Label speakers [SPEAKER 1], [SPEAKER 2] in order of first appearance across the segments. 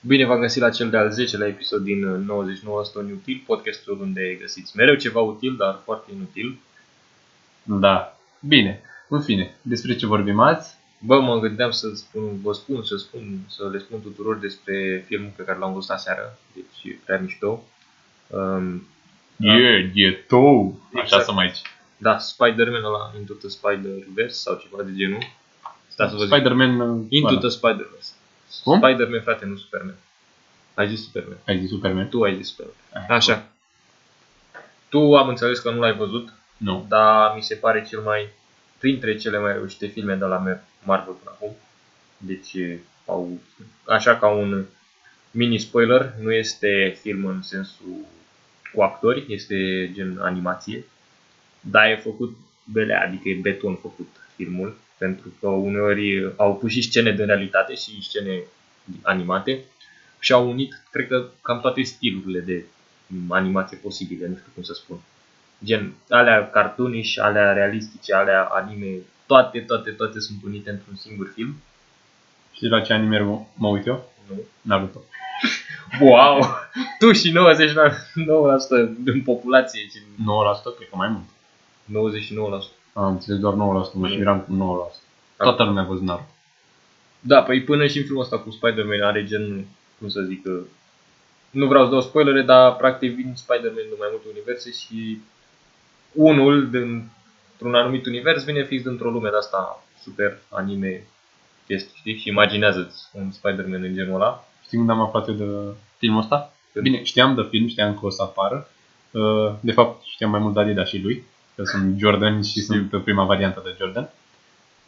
[SPEAKER 1] Bine v-am găsit la cel de-al 10-lea episod din uh, 99 Stone Util, podcastul unde găsiți mereu ceva util, dar foarte inutil.
[SPEAKER 2] Da. Bine. În fine, despre ce vorbim azi?
[SPEAKER 1] Bă, mă gândeam să spun, vă spun, să spun, să le spun tuturor despre filmul pe care l-am văzut aseară, deci prea mișto. Um,
[SPEAKER 2] Da. E, e tou. Așa
[SPEAKER 1] Exact.
[SPEAKER 2] să mai zici.
[SPEAKER 1] da, Spider-Man ăla, Into the Spider-Verse sau ceva de genul.
[SPEAKER 2] Da,
[SPEAKER 1] Stați să vă zic.
[SPEAKER 2] Spider-Man...
[SPEAKER 1] Into
[SPEAKER 2] ăla.
[SPEAKER 1] the Spider-Verse.
[SPEAKER 2] Cum?
[SPEAKER 1] Spider-Man, frate, nu Superman. Ai zis Superman.
[SPEAKER 2] Ai zis Superman?
[SPEAKER 1] Tu ai zis Superman. Așa. Tu am înțeles că nu l-ai văzut,
[SPEAKER 2] Nu.
[SPEAKER 1] dar mi se pare cel mai, printre cele mai reușite filme de la Mar- Marvel până acum. Deci, e, au, așa ca un mini spoiler, nu este film în sensul cu actori, este gen animație, dar e făcut belea, adică e beton făcut filmul, pentru că uneori au pus și scene de realitate și scene animate și au unit, cred că, cam toate stilurile de animație posibile, nu știu cum să spun gen alea cartuniș, alea realistice, alea anime, toate, toate, toate sunt unite într-un singur film.
[SPEAKER 2] Știi la ce anime mă, mă uit eu?
[SPEAKER 1] Nu.
[SPEAKER 2] Naruto.
[SPEAKER 1] Wow! tu și 99% din populație și
[SPEAKER 2] 9% cred că mai mult.
[SPEAKER 1] 99%.
[SPEAKER 2] Am înțeles doar 9%, mă
[SPEAKER 1] Mm.
[SPEAKER 2] miram cu 9%. Toată lumea a văzut Naruto.
[SPEAKER 1] Da, păi până și în filmul ăsta cu Spider-Man are gen, cum să zic, uh, nu vreau să dau spoilere, dar practic vin Spider-Man din mai multe universe și unul din, într-un anumit univers vine fix dintr-o lume de asta super anime chestii, știi? Și imaginează-ți un Spider-Man în genul ăla.
[SPEAKER 2] Știi când am aflat eu de filmul ăsta?
[SPEAKER 1] Când?
[SPEAKER 2] Bine, știam de film, știam că o să apară. Uh, De fapt, știam mai mult de Adidas și lui, că sunt Jordan și sunt pe prima variantă de Jordan.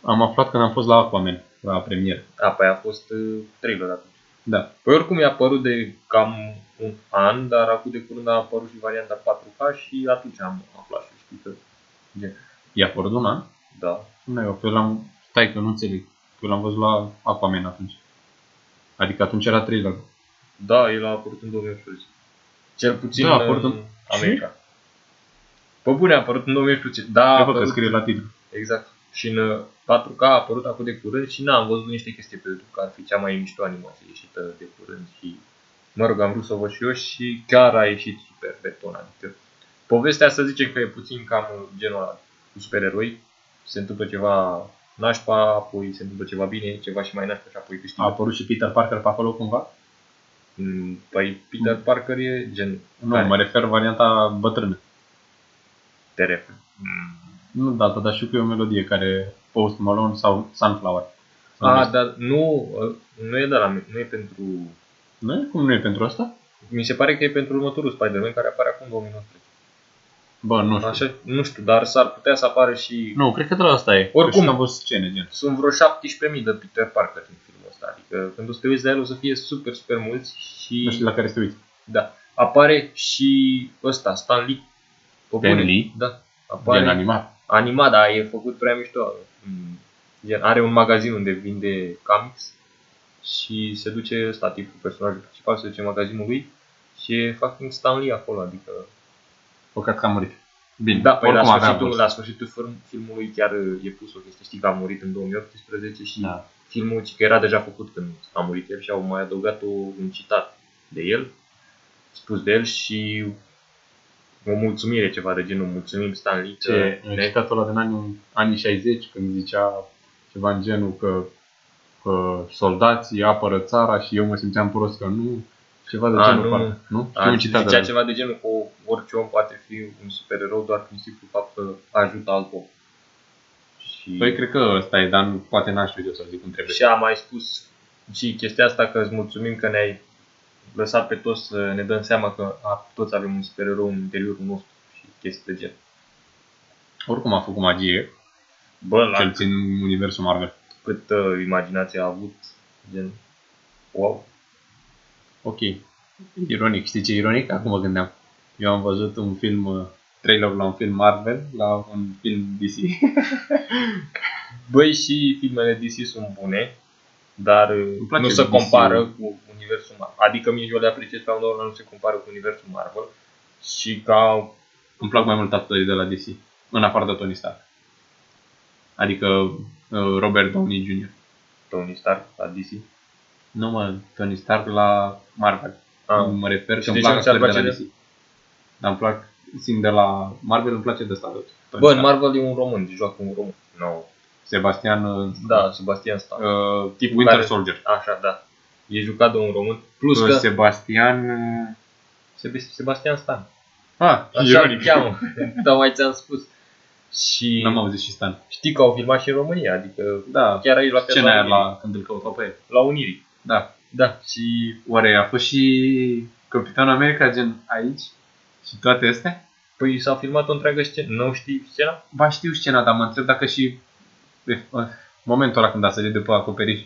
[SPEAKER 2] Am aflat când am fost la Aquaman, la premieră.
[SPEAKER 1] A, păi a fost uh, trailer atunci.
[SPEAKER 2] Da.
[SPEAKER 1] Păi oricum i-a apărut de cam un an, dar acum de curând a apărut și varianta 4K și atunci am aflat și știu că,
[SPEAKER 2] I-a apărut un an.
[SPEAKER 1] da.
[SPEAKER 2] Nu, eu că l-am... Stai că nu înțeleg. că Eu l-am văzut la Aquaman atunci. Adică atunci era trailer.
[SPEAKER 1] Da, el a apărut în 2018. Cel puțin
[SPEAKER 2] Da, a apărut
[SPEAKER 1] în
[SPEAKER 2] în-
[SPEAKER 1] America. Pe bune, a apărut în 2018. Da, a
[SPEAKER 2] Eu văd că
[SPEAKER 1] apărut,
[SPEAKER 2] scrie la titlu.
[SPEAKER 1] exact. Și în uh, 4K a apărut acum de curând și n-am văzut niște chestii pe YouTube, că ar fi cea mai mișto animație ieșită de curând și mă rog, am vrut să o văd și eu și chiar a ieșit super beton, adică povestea să zicem că e puțin cam genul ăla cu supereroi, se întâmplă ceva nașpa, apoi se întâmplă ceva bine, ceva și mai nașpa și apoi câștigă.
[SPEAKER 2] A apărut și Peter Parker pe acolo cumva?
[SPEAKER 1] Mm, Păi Peter Parker e gen
[SPEAKER 2] Nu,
[SPEAKER 1] Care?
[SPEAKER 2] mă refer varianta bătrână.
[SPEAKER 1] TRF.
[SPEAKER 2] Nu data, dar știu că e o melodie care Post Malone sau Sunflower.
[SPEAKER 1] A, da. dar nu, nu e de la, nu e pentru,
[SPEAKER 2] Nu e? Cum nu e pentru asta?
[SPEAKER 1] mi se pare că e pentru următorul Spider-Man care apare acum 2019.
[SPEAKER 2] Bă, nu știu.
[SPEAKER 1] Așa, nu știu, dar s-ar putea să apară și,
[SPEAKER 2] Nu, cred că de la asta e.
[SPEAKER 1] Oricum.
[SPEAKER 2] Că și am văzut scene, gen.
[SPEAKER 1] sunt vreo 17.000 de Peter Parker în filmul ăsta, adică când o să te uiți la el o să fie super, super mulți
[SPEAKER 2] Nu
[SPEAKER 1] și
[SPEAKER 2] știu la care se uiți.
[SPEAKER 1] da, apare și ăsta, Stan Lee. Pe
[SPEAKER 2] Stan
[SPEAKER 1] bune.
[SPEAKER 2] Lee?
[SPEAKER 1] Da, apare.
[SPEAKER 2] Din animat.
[SPEAKER 1] animat, dar e făcut prea mișto. Mm. Gen, are un magazin unde vinde comics și se duce ăsta, tipul personajul principal, se duce în magazinul lui și e fucking Stan Lee acolo, adică...
[SPEAKER 2] Păcat că a murit. Bine,
[SPEAKER 1] Da, păi la
[SPEAKER 2] oricum aveam
[SPEAKER 1] sfârșitul,
[SPEAKER 2] văzut.
[SPEAKER 1] la sfârșitul film, filmului chiar uh, e pus o chestie, știi că a murit în 2018 și
[SPEAKER 2] Da.
[SPEAKER 1] filmul ci că era deja făcut când a murit el și au mai adăugat o, un citat de el, spus de el și o mulțumire ceva de genul, mulțumim Stan Lee că
[SPEAKER 2] Ce,
[SPEAKER 1] ne-ai
[SPEAKER 2] citatul ăla din anii, anii 60, când zicea ceva în genul că, că soldații apără țara și eu mă simțeam prost că nu, ceva de
[SPEAKER 1] A,
[SPEAKER 2] genul
[SPEAKER 1] nu.
[SPEAKER 2] parcă, Ah, nu? Știu
[SPEAKER 1] A,
[SPEAKER 2] un citat
[SPEAKER 1] zicea
[SPEAKER 2] de
[SPEAKER 1] ceva de genul că orice om poate fi un supererou doar prin simplu fapt că ajută alt om. Și,
[SPEAKER 2] Păi cred că ăsta e, dar nu- poate n-aș știu eu să zic cum trebuie.
[SPEAKER 1] și a mai spus și chestia asta că îți mulțumim că ne-ai lăsat pe toți să ne dăm seama că a, toți avem un supererou în interiorul nostru și chestii de gen.
[SPEAKER 2] Oricum a făcut magie,
[SPEAKER 1] Bă, la
[SPEAKER 2] cel puțin în universul Marvel.
[SPEAKER 1] cât uh, imaginație a avut, gen, wow.
[SPEAKER 2] Ok. Ironic, știi ce e ironic? Acum mă gândeam. Eu am văzut un film, uh, trailer la un film Marvel, la un film DC.
[SPEAKER 1] Băi, și filmele DC sunt bune, dar uh,
[SPEAKER 2] Îmi place
[SPEAKER 1] nu se
[SPEAKER 2] DC.
[SPEAKER 1] compară cu universul Marvel. Adică mie eu le apreciez pe amândouă, dar nu se compară cu universul Marvel. Și ca...
[SPEAKER 2] Îmi plac mai mult actorii de la DC, în afară de Tony Stark. Adică uh, Robert Downey Jr.
[SPEAKER 1] Tony Stark la DC.
[SPEAKER 2] Nu mă, Tony Stark la Marvel.
[SPEAKER 1] Ah.
[SPEAKER 2] Mă refer
[SPEAKER 1] Și
[SPEAKER 2] că
[SPEAKER 1] de
[SPEAKER 2] îmi
[SPEAKER 1] ce nu
[SPEAKER 2] plac
[SPEAKER 1] ți-ar
[SPEAKER 2] actorii de la
[SPEAKER 1] place
[SPEAKER 2] DC. Dar îmi plac, simt de la Marvel, îmi place de ăsta tot. Tony
[SPEAKER 1] Bă, în
[SPEAKER 2] Stark.
[SPEAKER 1] Marvel e un român, joacă un român. No.
[SPEAKER 2] Sebastian, uh,
[SPEAKER 1] Da, Sebastian Stan.
[SPEAKER 2] uh,
[SPEAKER 1] tipul
[SPEAKER 2] Winter
[SPEAKER 1] care-
[SPEAKER 2] Soldier.
[SPEAKER 1] Așa, da. E jucat de un român. Plus
[SPEAKER 2] Uh,
[SPEAKER 1] că
[SPEAKER 2] Sebastian... uh,
[SPEAKER 1] Seb- Sebastian Stan.
[SPEAKER 2] Ah,
[SPEAKER 1] Așa îl cheamă. Dar mai ți-am spus. Și
[SPEAKER 2] N-am auzit și Stan.
[SPEAKER 1] știi că au filmat și în România, adică
[SPEAKER 2] Da,
[SPEAKER 1] chiar aici la piața
[SPEAKER 2] scena aia
[SPEAKER 1] Unirii.
[SPEAKER 2] la când îl căutau pe el.
[SPEAKER 1] la Unirii.
[SPEAKER 2] Da.
[SPEAKER 1] Da.
[SPEAKER 2] Și oare a fost și Capitan America gen aici? Și toate astea?
[SPEAKER 1] Păi s-a filmat o întreagă scenă. Nu știi scena?
[SPEAKER 2] Ba știu scena, dar mă întreb dacă și e, uh, momentul ăla când a sărit de pe acoperiș.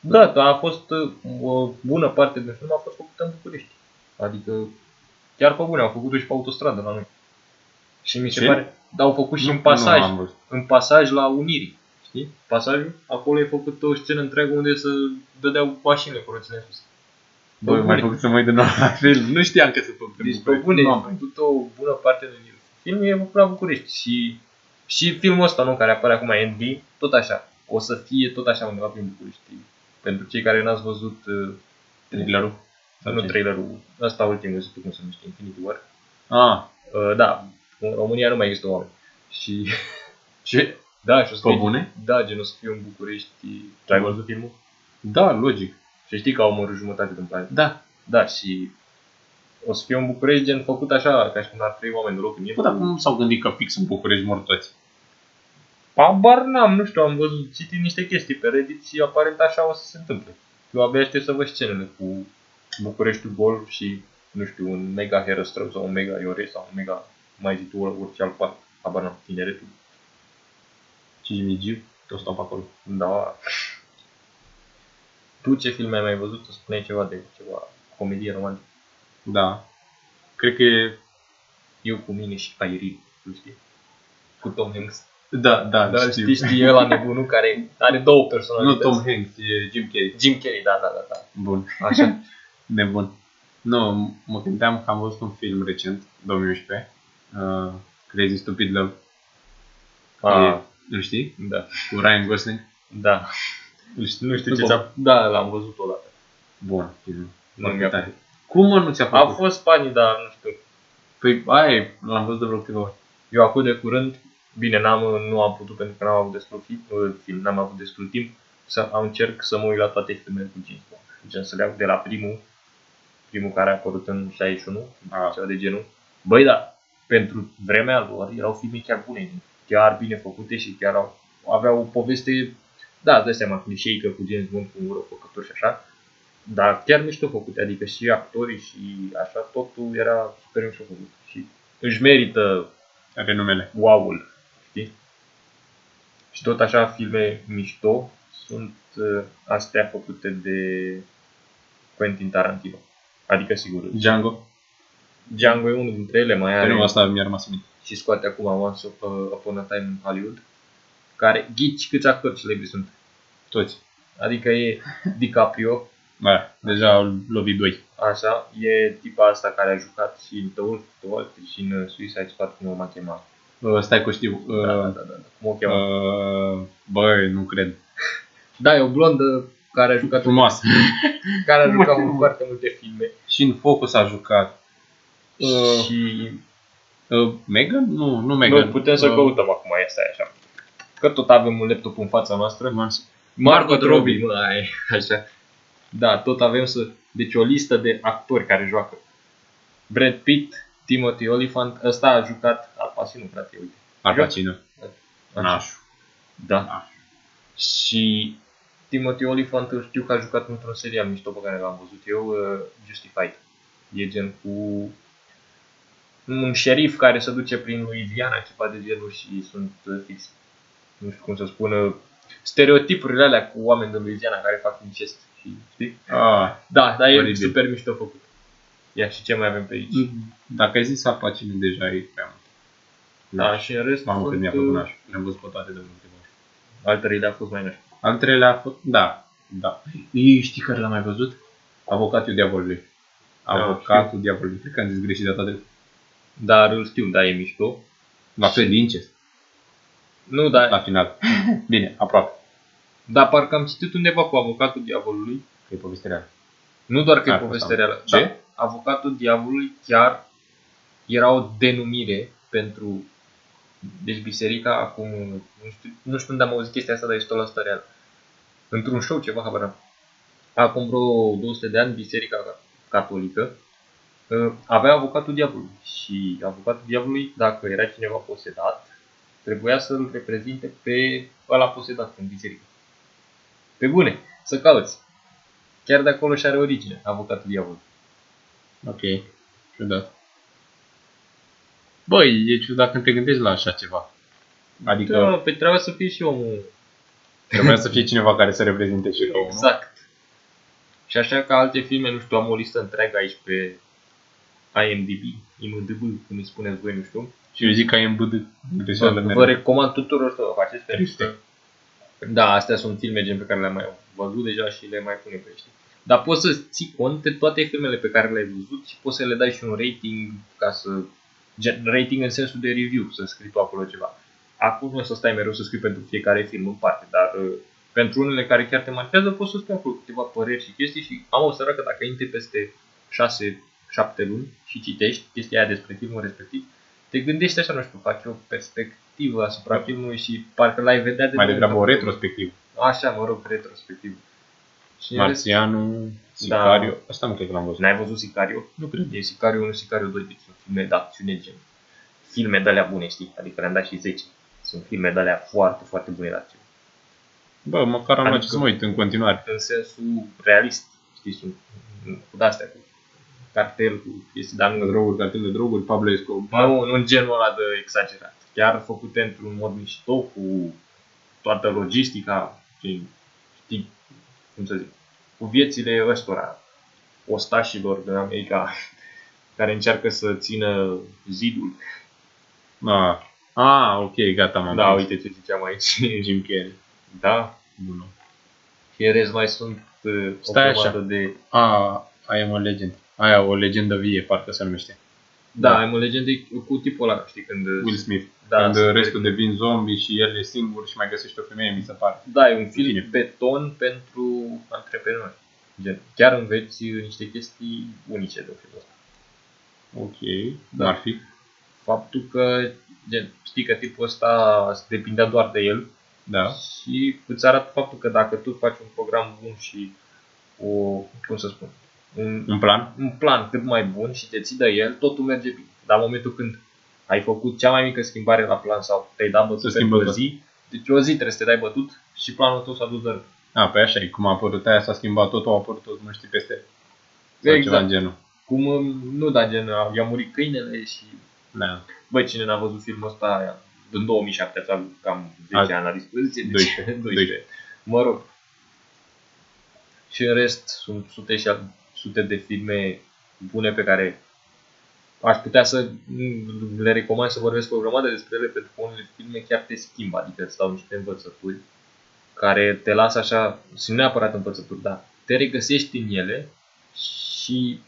[SPEAKER 1] Da, dar a fost uh, o bună parte din film a fost făcută în București. Adică chiar pe bune, au făcut-o și pe autostradă la noi. Și mi se
[SPEAKER 2] Ce?
[SPEAKER 1] pare, dar au făcut și
[SPEAKER 2] Nu-
[SPEAKER 1] în pasaj.
[SPEAKER 2] Nu, am văzut.
[SPEAKER 1] în pasaj la Unirii. Știi? Pasajul, acolo e făcut o scenă întreagă unde să dădeau mașinile cu roțile în sus. Pe
[SPEAKER 2] Bă, mai
[SPEAKER 1] bune.
[SPEAKER 2] făcut să mă uit de nou la film. Nu știam că se făcut în
[SPEAKER 1] Deci, pe
[SPEAKER 2] București.
[SPEAKER 1] bune,
[SPEAKER 2] Nu
[SPEAKER 1] am
[SPEAKER 2] am
[SPEAKER 1] făcut o bună parte din film e făcut la București și, și filmul ăsta, nu, care apare acum, ND, tot așa. O să fie tot așa undeva prin București. Pentru cei care n-ați văzut uh,
[SPEAKER 2] Trailerul? Sau
[SPEAKER 1] nu
[SPEAKER 2] ce?
[SPEAKER 1] trailerul, ăsta ultimul, nu știu cum se numește, Infinity War.
[SPEAKER 2] Ah,
[SPEAKER 1] Uh, da, în România nu mai există oameni. Și
[SPEAKER 2] ce?
[SPEAKER 1] da, și o să
[SPEAKER 2] Pe
[SPEAKER 1] fie,
[SPEAKER 2] bune?
[SPEAKER 1] da, gen, o să fiu în București. Tu ai văzut filmul?
[SPEAKER 2] Da, logic.
[SPEAKER 1] Și știi că au omorât jumătate din planetă.
[SPEAKER 2] Da.
[SPEAKER 1] Da, și o să fie un București gen făcut așa, ca și cum ar trăi oameni de loc în el.
[SPEAKER 2] Bă, Păi, dar cum s-au gândit că fix în București mor toți?
[SPEAKER 1] Abar n-am, nu știu, am văzut, citit niște chestii pe Reddit și aparent așa o să se întâmple. Eu abia aștept să văd scenele cu Bucureștiul gol și, nu știu, un mega herăstrău sau un mega iore sau un mega, mai zi tu, orice alt parc. Abar n-am, tineretul.
[SPEAKER 2] Cimigiu, toți stau pe acolo.
[SPEAKER 1] Da. Tu ce filme ai mai văzut? Tu spuneai ceva de ceva comedie romantică.
[SPEAKER 2] Da. Cred că e...
[SPEAKER 1] Eu cu mine și Airin, tu știi? Cu Tom Hanks.
[SPEAKER 2] Da, da,
[SPEAKER 1] Da,
[SPEAKER 2] știu.
[SPEAKER 1] știi, știi, ăla nebunul care are două
[SPEAKER 2] Nu
[SPEAKER 1] personalități.
[SPEAKER 2] Tom Hanks, e Jim Carrey.
[SPEAKER 1] Jim Carrey, da, da, da, da.
[SPEAKER 2] Bun,
[SPEAKER 1] Așa.
[SPEAKER 2] nebun. Nu, m- mă gândeam că am văzut un film recent, 2011, uh, Crazy Stupid Love.
[SPEAKER 1] A, Ah.
[SPEAKER 2] E, îl știi?
[SPEAKER 1] da.
[SPEAKER 2] Cu Ryan Gosling.
[SPEAKER 1] Da.
[SPEAKER 2] Îl știi, nu
[SPEAKER 1] Știu ce ți-a... Da, l-am văzut odată.
[SPEAKER 2] Bun, film.
[SPEAKER 1] Nu
[SPEAKER 2] Foarte
[SPEAKER 1] mi-a
[SPEAKER 2] tare.
[SPEAKER 1] plăcut.
[SPEAKER 2] Cum mă nu ți-a
[SPEAKER 1] A
[SPEAKER 2] plăcut?
[SPEAKER 1] fost funny, dar nu știu.
[SPEAKER 2] Păi, aia e, l-am văzut de vreo câteva ori.
[SPEAKER 1] Eu acum de curând, bine, n-am, nu am putut pentru că n-am avut destul film, film n-am avut destul timp, să am încerc să mă uit la toate filmele cu James Bond. Gen să le iau de la primul, primul care a apărut în 61,
[SPEAKER 2] A.
[SPEAKER 1] ceva de genul. Băi, da, pentru vremea lor erau filme chiar bune, chiar bine făcute și chiar au, aveau o poveste, da, îți dai seama, clișeică cu James Bond, cu un răufăcător și așa, dar chiar mișto făcute, adică și actorii și așa, totul era super mișto făcut și își merită
[SPEAKER 2] Are numele.
[SPEAKER 1] wow-ul, știi? Și tot așa filme mișto sunt uh, astea făcute de Quentin Tarantino. Adică sigur,
[SPEAKER 2] Django.
[SPEAKER 1] Django e unul dintre ele, mai
[SPEAKER 2] Are...
[SPEAKER 1] are
[SPEAKER 2] Asta mi-a rămas în minte.
[SPEAKER 1] și scoate acum Once uh, Upon a Time în Hollywood, care ghici câți actori celebri sunt.
[SPEAKER 2] Toți.
[SPEAKER 1] Adică e DiCaprio,
[SPEAKER 2] Da, deja au lovit doi.
[SPEAKER 1] așa, e tipa asta care a jucat și în The Wolf of Wall Street și în uh, Suicide Squad, cum o mai chema.
[SPEAKER 2] Uh, stai că știu. Uh,
[SPEAKER 1] Da, da, da, da, cum o chema.
[SPEAKER 2] Uh, băi, nu cred.
[SPEAKER 1] Da, e o blondă care a jucat în
[SPEAKER 2] Frumoasă.
[SPEAKER 1] care a
[SPEAKER 2] Mă,
[SPEAKER 1] jucat
[SPEAKER 2] mă.
[SPEAKER 1] în foarte multe filme.
[SPEAKER 2] Și în Focus a jucat. Uh,
[SPEAKER 1] și
[SPEAKER 2] Uh, Megan? Nu, nu Megan.
[SPEAKER 1] noi putem să
[SPEAKER 2] uh,
[SPEAKER 1] căutăm acum, este așa. Că tot avem un laptop în fața noastră.
[SPEAKER 2] rămas.
[SPEAKER 1] Margot Robbie, mă, aia e, așa. Da, tot avem să... Deci o listă de actori care joacă. Brad Pitt, Timothy Olyphant, ăsta a jucat Al Pacino, frate, uite.
[SPEAKER 2] Al Pacino.
[SPEAKER 1] Așa.
[SPEAKER 2] Nașu.
[SPEAKER 1] Da.
[SPEAKER 2] Nașu.
[SPEAKER 1] Și Timothy Olyphant îl știu că a jucat într-un serial mișto pe care l-am văzut eu, uh, Justified. E gen cu un șerif care se duce prin Louisiana, ceva de genul și sunt uh, fix, nu știu cum să spun, uh, stereotipurile alea cu oameni din Louisiana care fac incest. Și, știi?
[SPEAKER 2] Ah,
[SPEAKER 1] Da, dar e
[SPEAKER 2] Oribil.
[SPEAKER 1] super mișto făcut. Ia și ce mai avem pe aici?
[SPEAKER 2] dacă ai zis Al Pacino, deja e prea mult.
[SPEAKER 1] Da, și în rest
[SPEAKER 2] Mamă, când mi-a
[SPEAKER 1] uh,
[SPEAKER 2] plăcut Nașu. Le-am văzut pe toate de multe ori.
[SPEAKER 1] al treilea a fost mai nașpa.
[SPEAKER 2] Al treilea a fost... Da, da. Ei, știi care l-am mai văzut? Avocatul
[SPEAKER 1] Da,
[SPEAKER 2] diavolului. Avocatul diavolului. Cred că am zis greșit data de...
[SPEAKER 1] Dar îl știu, da, e mișto.
[SPEAKER 2] La fel, incest.
[SPEAKER 1] Nu, dar
[SPEAKER 2] Da. La final. Bine, aproape.
[SPEAKER 1] Dar parcă am citit undeva cu avocatul diavolului
[SPEAKER 2] că e poveste reală.
[SPEAKER 1] Nu doar că e
[SPEAKER 2] Ar putea.
[SPEAKER 1] poveste reală.
[SPEAKER 2] Da.
[SPEAKER 1] Ce? Avocatul diavolului chiar era o denumire pentru... Deci biserica acum, nu știu, nu știu unde am auzit chestia asta, dar e 100% reală. Într-un show ceva, habar n-am. Acum vreo 200 de ani, biserica catolică uh, avea avocatul diavolului. Și avocatul diavolului, dacă era cineva posedat, trebuia să-l reprezinte pe ăla posedat în biserică. Pe bune, să cauți. Chiar de acolo și are origine, avocatul diavol.
[SPEAKER 2] Ok, ciudat. Băi, e ciudat când te gândești la așa ceva. Adică
[SPEAKER 1] Da, pe trebuia să fie și omul.
[SPEAKER 2] trebuia să fie cineva care să reprezinte și rolul, nu?
[SPEAKER 1] Exact. Și așa ca alte filme, nu știu, am o listă întreagă aici pe IMDb, IMDb, cum îi spuneți voi, nu știu.
[SPEAKER 2] Și eu zic că ai îmbâdit
[SPEAKER 1] Vă,
[SPEAKER 2] greșeală
[SPEAKER 1] vă
[SPEAKER 2] mele.
[SPEAKER 1] recomand tuturor să o faceți pentru că...
[SPEAKER 2] Triste.
[SPEAKER 1] Da, astea sunt filme gen pe care le-am mai văzut deja și le mai pune pe știi. Dar poți să ții cont de toate filmele pe care le-ai văzut și poți să le dai și un rating ca să... Gen, rating în sensul de review, să scrii tu acolo ceva. Acum nu o să stai mereu să scrii pentru fiecare film în parte, dar uh, pentru unele care chiar te marchează poți să spui acolo câteva păreri și chestii și am observat că dacă intri peste 6-7 luni și citești chestia aia despre filmul respectiv, te gândești așa, nu știu, faci o perspectivă asupra filmului și parcă l-ai vedea de
[SPEAKER 2] Mai
[SPEAKER 1] două
[SPEAKER 2] degrabă o
[SPEAKER 1] ori.
[SPEAKER 2] retrospectivă.
[SPEAKER 1] Așa, mă rog, retrospectiv. Și în rest,
[SPEAKER 2] Marțianu, Sicario. Asta nu cred că l-am văzut.
[SPEAKER 1] Da. n-ai văzut Sicario?
[SPEAKER 2] Nu cred.
[SPEAKER 1] E Sicario 1, Sicario 2, deci sunt filme de acțiune gen. Filme de alea bune, știi? Adică le-am dat și 10. Sunt filme de alea foarte, foarte bune de acțiune.
[SPEAKER 2] Bă, măcar am
[SPEAKER 1] Adică-
[SPEAKER 2] adică... să mă uit în continuare.
[SPEAKER 1] În sensul realist, știi, sunt cu astea, cu cartel, cu chestii, dar nu,
[SPEAKER 2] Droguri, cartel de droguri, Pablo Escobar.
[SPEAKER 1] nu, nu în genul ăla de exagerat. Chiar făcute într-un mod mișto, cu toată logistica, și, știi, cum să zic, cu viețile ăstora, ostașilor din America, care încearcă să țină zidul.
[SPEAKER 2] Ah. ah, ok, gata, m-am
[SPEAKER 1] Da,
[SPEAKER 2] prins.
[SPEAKER 1] uite ce ziceam aici.
[SPEAKER 2] Jim Carrey.
[SPEAKER 1] Da,
[SPEAKER 2] Bună.
[SPEAKER 1] și în rest mai sunt uh,
[SPEAKER 2] Stai
[SPEAKER 1] o
[SPEAKER 2] așa.
[SPEAKER 1] grămadă de...
[SPEAKER 2] Ah, I am a legend. Aia, o legendă vie, parcă se numește.
[SPEAKER 1] Da,
[SPEAKER 2] Da.
[SPEAKER 1] am o legendă cu tipul ăla, știi, când...
[SPEAKER 2] Will Smith.
[SPEAKER 1] Da,
[SPEAKER 2] când uh,
[SPEAKER 1] se-
[SPEAKER 2] restul devin zombie și el e singur și mai găsește o femeie, mi se pare.
[SPEAKER 1] Da, e un film
[SPEAKER 2] Bine.
[SPEAKER 1] beton pentru antreprenori. Gen, chiar înveți uh, niște chestii unice de filmul ăsta.
[SPEAKER 2] Ok,
[SPEAKER 1] Da.
[SPEAKER 2] da. ar fi.
[SPEAKER 1] Faptul că, gen, știi că tipul ăsta se depindea doar de el
[SPEAKER 2] Da.
[SPEAKER 1] și îți arată faptul că dacă tu faci un program bun și o, cum să spun, un,
[SPEAKER 2] Un plan?
[SPEAKER 1] un plan cât mai bun și te ții de el, totul merge bine. Dar în momentul când ai făcut cea mai mică schimbare la plan sau te-ai dat bătut
[SPEAKER 2] Se
[SPEAKER 1] pentru
[SPEAKER 2] schimbă
[SPEAKER 1] o
[SPEAKER 2] tot.
[SPEAKER 1] zi, deci o zi trebuie să te dai bătut și planul tău s-a dus de
[SPEAKER 2] A, pe așa e. Cum a apărut aia, s-a schimbat tot, au apărut toți măștii peste. Sau
[SPEAKER 1] Exact.
[SPEAKER 2] ceva în genul.
[SPEAKER 1] Cum, um, nu, dar gen, a- i-a murit câinele și...
[SPEAKER 2] Da.
[SPEAKER 1] Băi, cine n-a văzut filmul ăsta în 2007, avea cam 10
[SPEAKER 2] A-
[SPEAKER 1] ani la dispoziție. deci-
[SPEAKER 2] 12.
[SPEAKER 1] 12. Mă rog. Și în rest sunt sute și al- sute de filme bune pe care aș putea să m, le recomand să vorbesc o grămadă despre ele pentru că unele filme chiar te schimbă, adică îți dau niște învățături care te lasă așa, sunt neapărat învățături, dar te regăsești în ele și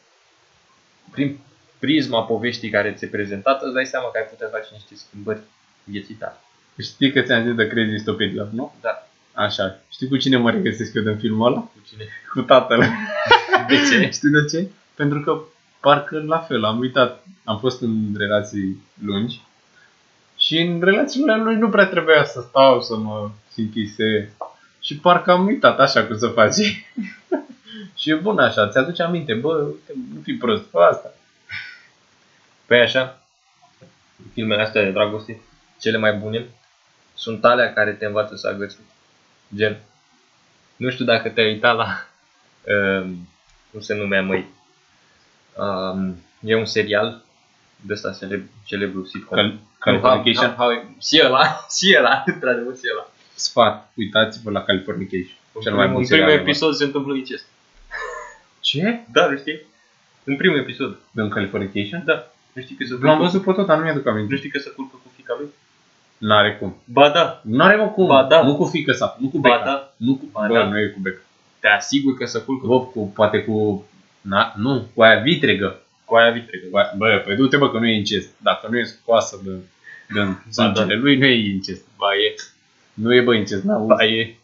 [SPEAKER 1] prin prisma poveștii care ți-e prezentată îți dai seama că ai putea face niște schimbări vieții tale.
[SPEAKER 2] Știi că ți-am zis de Crazy Stupid Love, nu?
[SPEAKER 1] Da,
[SPEAKER 2] Așa. Știi cu cine mă regăsesc eu din filmul ăla?
[SPEAKER 1] cu cine?
[SPEAKER 2] Cu tatăl.
[SPEAKER 1] De ce?
[SPEAKER 2] Știi de ce? Pentru că parcă la fel, am uitat, am fost în relații lungi și în relațiile lungi nu prea trebuia să stau, să mă închisez și parcă am uitat așa cum să faci. și e bun așa, ți-aduce aminte, bă, uite, nu fi prost, fă asta.
[SPEAKER 1] Păi așa, filmele astea de dragoste, cele mai bune, sunt alea care te învață să agăți. Gen, nu știu dacă te-ai uitat la, um, cum se numea, măi, um, e un serial de ăsta celeb, celebru sitcom.
[SPEAKER 2] Cal-
[SPEAKER 1] Nu,
[SPEAKER 2] Californication?
[SPEAKER 1] how, how, și ăla, și ăla, într-adevăr și ăla.
[SPEAKER 2] Sfat, uitați-vă la Californication. Cel
[SPEAKER 1] în
[SPEAKER 2] mai bun
[SPEAKER 1] primul
[SPEAKER 2] serial. animat.
[SPEAKER 1] episod se întâmplă incest.
[SPEAKER 2] Ce?
[SPEAKER 1] Da, nu știi? În primul episod.
[SPEAKER 2] Dăm Californication?
[SPEAKER 1] Da. Nu știi că se
[SPEAKER 2] L-am
[SPEAKER 1] culcă,
[SPEAKER 2] văzut pe tot, dar nu mi-aduc
[SPEAKER 1] nu
[SPEAKER 2] aminte.
[SPEAKER 1] știi că se culcă cu fica lui?
[SPEAKER 2] N-are cum.
[SPEAKER 1] Ba da,
[SPEAKER 2] N-are mă cum.
[SPEAKER 1] Ba da.
[SPEAKER 2] Nu cu fică sa, nu cu
[SPEAKER 1] Ba
[SPEAKER 2] beca.
[SPEAKER 1] da.
[SPEAKER 2] Nu cu
[SPEAKER 1] Ba
[SPEAKER 2] Bă,
[SPEAKER 1] da.
[SPEAKER 2] nu e cu beca.
[SPEAKER 1] te asigur că se culcă
[SPEAKER 2] Bă, cu, poate cu... Na, nu, cu aia vitregă.
[SPEAKER 1] cu aia vitregă.
[SPEAKER 2] Cu aia, bă, păi du-te bă că nu e incest. Dacă nu e scoasă de, de sângele lui, nu e incest.
[SPEAKER 1] Ba e,
[SPEAKER 2] Nu e bă incest, n-auzi.
[SPEAKER 1] ba e.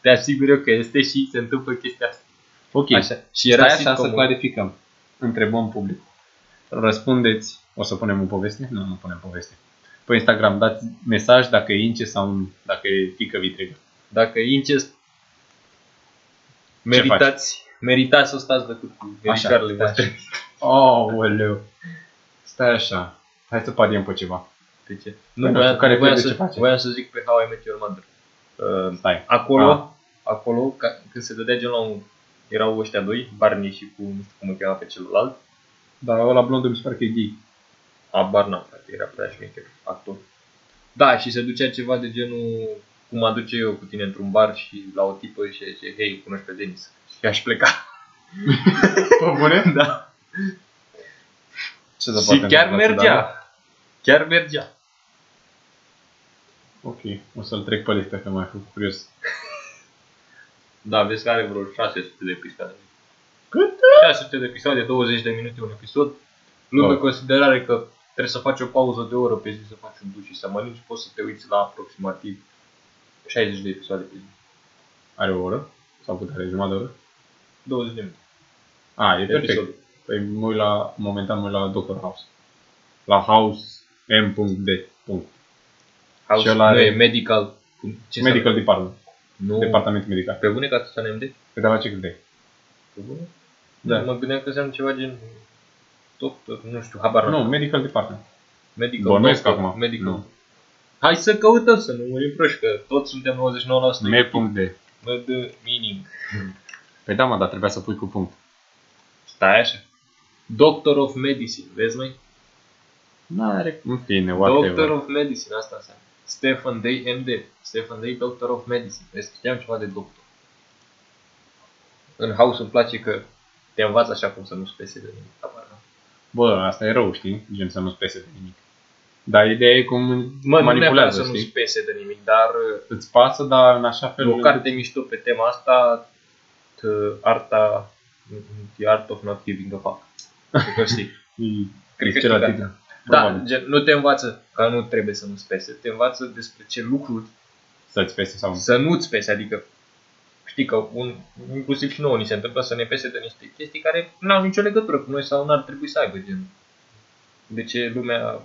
[SPEAKER 1] Te asigur eu că este și se întâmplă chestia asta.
[SPEAKER 2] Ok.
[SPEAKER 1] Așa.
[SPEAKER 2] Și era
[SPEAKER 1] Stai
[SPEAKER 2] așa
[SPEAKER 1] așa
[SPEAKER 2] să
[SPEAKER 1] sitcom-ul.
[SPEAKER 2] clarificăm. Întrebăm public. Răspundeți. O să punem o poveste? Nu, nu punem poveste. Pe Instagram dați mesaj dacă e ince sau nu, dacă e fică vitregă.
[SPEAKER 1] Dacă e incest, meritați, meritați să stați de cât cu
[SPEAKER 2] Așa, da.
[SPEAKER 1] verificările
[SPEAKER 2] stai
[SPEAKER 1] voastre.
[SPEAKER 2] Oh, Stai așa. Hai să pariem pe ceva.
[SPEAKER 1] De ce?
[SPEAKER 2] Păi
[SPEAKER 1] Nu,
[SPEAKER 2] nu
[SPEAKER 1] voiam,
[SPEAKER 2] știu, care
[SPEAKER 1] voiam,
[SPEAKER 2] crede ce
[SPEAKER 1] să,
[SPEAKER 2] face.
[SPEAKER 1] voiam să zic pe How I Met Your Mother. Uh,
[SPEAKER 2] Stai.
[SPEAKER 1] acolo,
[SPEAKER 2] Ah.
[SPEAKER 1] acolo ca, când se dădea gen la un, erau ăștia doi, Barney și cu, nu știu cum îl chema pe celălalt,
[SPEAKER 2] Dar Da, ăla blondul mi se pare că e gay.
[SPEAKER 1] a Barna, frate, era prea șmecher, actor. Da, și se ducea ceva de genul, cum mă duce eu cu tine într-un bar și la o tipă și zice, hei, cunoști pe Denis. Și aș pleca.
[SPEAKER 2] Pe bune?
[SPEAKER 1] da.
[SPEAKER 2] Ce
[SPEAKER 1] Și chiar
[SPEAKER 2] da,
[SPEAKER 1] mergea. Chiar mergea.
[SPEAKER 2] Ok, o să-l trec pe listă că m-ai făcut curios.
[SPEAKER 1] Da, vezi că are vreo 600 de episoade.
[SPEAKER 2] Cât?
[SPEAKER 1] 600 de episoade, 20 de minute un episod. Luând
[SPEAKER 2] Da.
[SPEAKER 1] în considerare că trebuie să faci o pauză de o oră pe zi să faci un duș și să mănânci, poți să te uiți la aproximativ 60 de episoade pe zi.
[SPEAKER 2] Are o oră? Sau cât are? Jumătate de oră?
[SPEAKER 1] 20 de minute.
[SPEAKER 2] A, e perfect.
[SPEAKER 1] Episodul.
[SPEAKER 2] Păi mă uit la, momentan mă uit la Doctor House. La House M.D. punct.
[SPEAKER 1] House,
[SPEAKER 2] ăla
[SPEAKER 1] nu,
[SPEAKER 2] are-
[SPEAKER 1] e medical. Cum- Ce
[SPEAKER 2] Medical Department. Oh.
[SPEAKER 1] Nu,
[SPEAKER 2] Departament medical.
[SPEAKER 1] pe bune că atâta ne de?
[SPEAKER 2] Pe de la ce credeai?
[SPEAKER 1] Pe bune?
[SPEAKER 2] Da.
[SPEAKER 1] Mă gândeam că înseamnă ceva gen doctor, nu știu, habar
[SPEAKER 2] Nu,
[SPEAKER 1] n-am.
[SPEAKER 2] Medical Department.
[SPEAKER 1] Medical.
[SPEAKER 2] Bănuiesc
[SPEAKER 1] doctor,
[SPEAKER 2] acum.
[SPEAKER 1] Medical.
[SPEAKER 2] Nu.
[SPEAKER 1] Hai să căutăm să nu murim proști, că toți suntem 99%.
[SPEAKER 2] M.D.
[SPEAKER 1] Mă dă meaning.
[SPEAKER 2] Păi da, mă, dar trebuia să pui cu punct.
[SPEAKER 1] Stai așa. Doctor of Medicine, vezi mai?
[SPEAKER 2] N-are... În fine,
[SPEAKER 1] Doctor
[SPEAKER 2] whatever.
[SPEAKER 1] of Medicine, asta înseamnă. Stephen Day MD. Stephen Day, Doctor of Medicine. Vezi, știam ceva de doctor. În house îmi place că te învață așa cum să nu spese de nimic. habar n-am.
[SPEAKER 2] Bă, asta e rău, știi? Gen să nu-ți pese de nimic. Dar ideea e cum
[SPEAKER 1] Mă, nu neapărat
[SPEAKER 2] manipulează,
[SPEAKER 1] să nu
[SPEAKER 2] știi?
[SPEAKER 1] spese de nimic, dar uh,
[SPEAKER 2] Îți pasă, dar în așa fel...
[SPEAKER 1] o carte mișto pe tema asta, t- arta, The Art of Not Giving a Fuck. Cred că știi.
[SPEAKER 2] Cred
[SPEAKER 1] că
[SPEAKER 2] că la
[SPEAKER 1] știi
[SPEAKER 2] tine.
[SPEAKER 1] Da,
[SPEAKER 2] Probabil.
[SPEAKER 1] gen, nu te învață că nu trebuie să nu-ți pese, te învață despre ce lucruri
[SPEAKER 2] Să-ți pese sau nu.
[SPEAKER 1] să nu-ți pese, adică știi că un, inclusiv și nouă ni se întâmplă să ne pese de niște chestii care nu au nicio legătură cu noi sau nu ar trebui să aibă, gen de ce lumea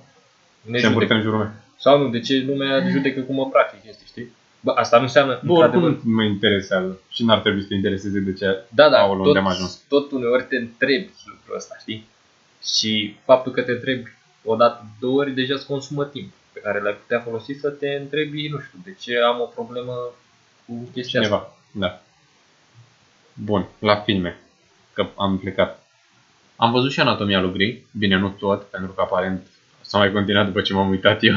[SPEAKER 1] ne
[SPEAKER 2] Se învârte
[SPEAKER 1] judecă
[SPEAKER 2] în jurul meu.
[SPEAKER 1] sau nu, de ce lumea judecă cum mă practic chestii, știi? Bă, asta nu înseamnă,
[SPEAKER 2] Bă, oricum nu mă interesează și n-ar trebui să te intereseze de ce
[SPEAKER 1] da, da,
[SPEAKER 2] Aoleu,
[SPEAKER 1] tot,
[SPEAKER 2] unde am ajuns.
[SPEAKER 1] tot uneori te întrebi lucrul ăsta, știi? Și faptul că te întrebi o dată, două ori, deja îți consumă timp pe care l-ai putea folosi să te întrebi, nu știu, de ce am o problemă cu chestia asta.
[SPEAKER 2] cineva. Da. Bun, la filme, că am plecat. Am văzut și Anatomia lui Grey, bine, nu tot, pentru că aparent s-a mai continuat după ce m-am uitat eu.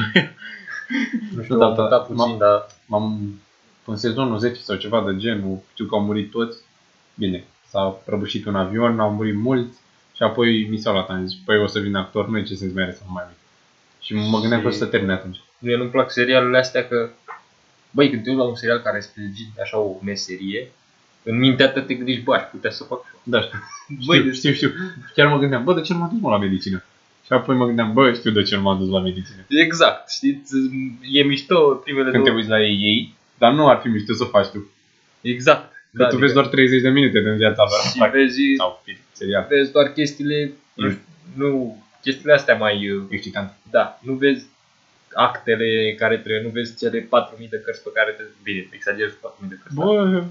[SPEAKER 1] Nu știu,
[SPEAKER 2] Da,
[SPEAKER 1] am
[SPEAKER 2] da,
[SPEAKER 1] da, puțin, dar
[SPEAKER 2] M-am în sezonul 10 sau ceva de genul, știu că au murit toți. Bine, s-a prăbușit un avion, au murit mulți și apoi mi s-au luat, am zis, păi o să vin actor, nu e ce sens mai are să nu mai uit. Și mă gândeam
[SPEAKER 1] Și-
[SPEAKER 2] că o să termine atunci.
[SPEAKER 1] mie nu-mi plac serialele astea că, băi, când te uiți la un serial care îți prezintă așa o meserie, în mintea ta te gândești, bă, aș putea să fac și eu.
[SPEAKER 2] Da, știu.
[SPEAKER 1] Băi,
[SPEAKER 2] Știu, știu, știu. Chiar mă gândeam, bă, de ce nu m-am dus mă la medicină? Și apoi mă gândeam, bă, știu de ce nu m-am dus la medicină.
[SPEAKER 1] Exact, știi, e mișto primele
[SPEAKER 2] Când te
[SPEAKER 1] două.
[SPEAKER 2] uiți la ei, ei, dar nu ar fi mișto să faci tu. Că
[SPEAKER 1] Exact.
[SPEAKER 2] da, tu vezi doar 30 de minute din viața lor.
[SPEAKER 1] și
[SPEAKER 2] practic.
[SPEAKER 1] vezi
[SPEAKER 2] Sau film, serial.
[SPEAKER 1] vezi doar chestiile, nu, știu, nu chestiile astea mai, uh,
[SPEAKER 2] Excitant.
[SPEAKER 1] da, nu vezi actele care trebuie, nu vezi cele 4.000 de cărți pe care te, bine, exagerez cu 4.000 de cărți. da. dar-
[SPEAKER 2] Bă,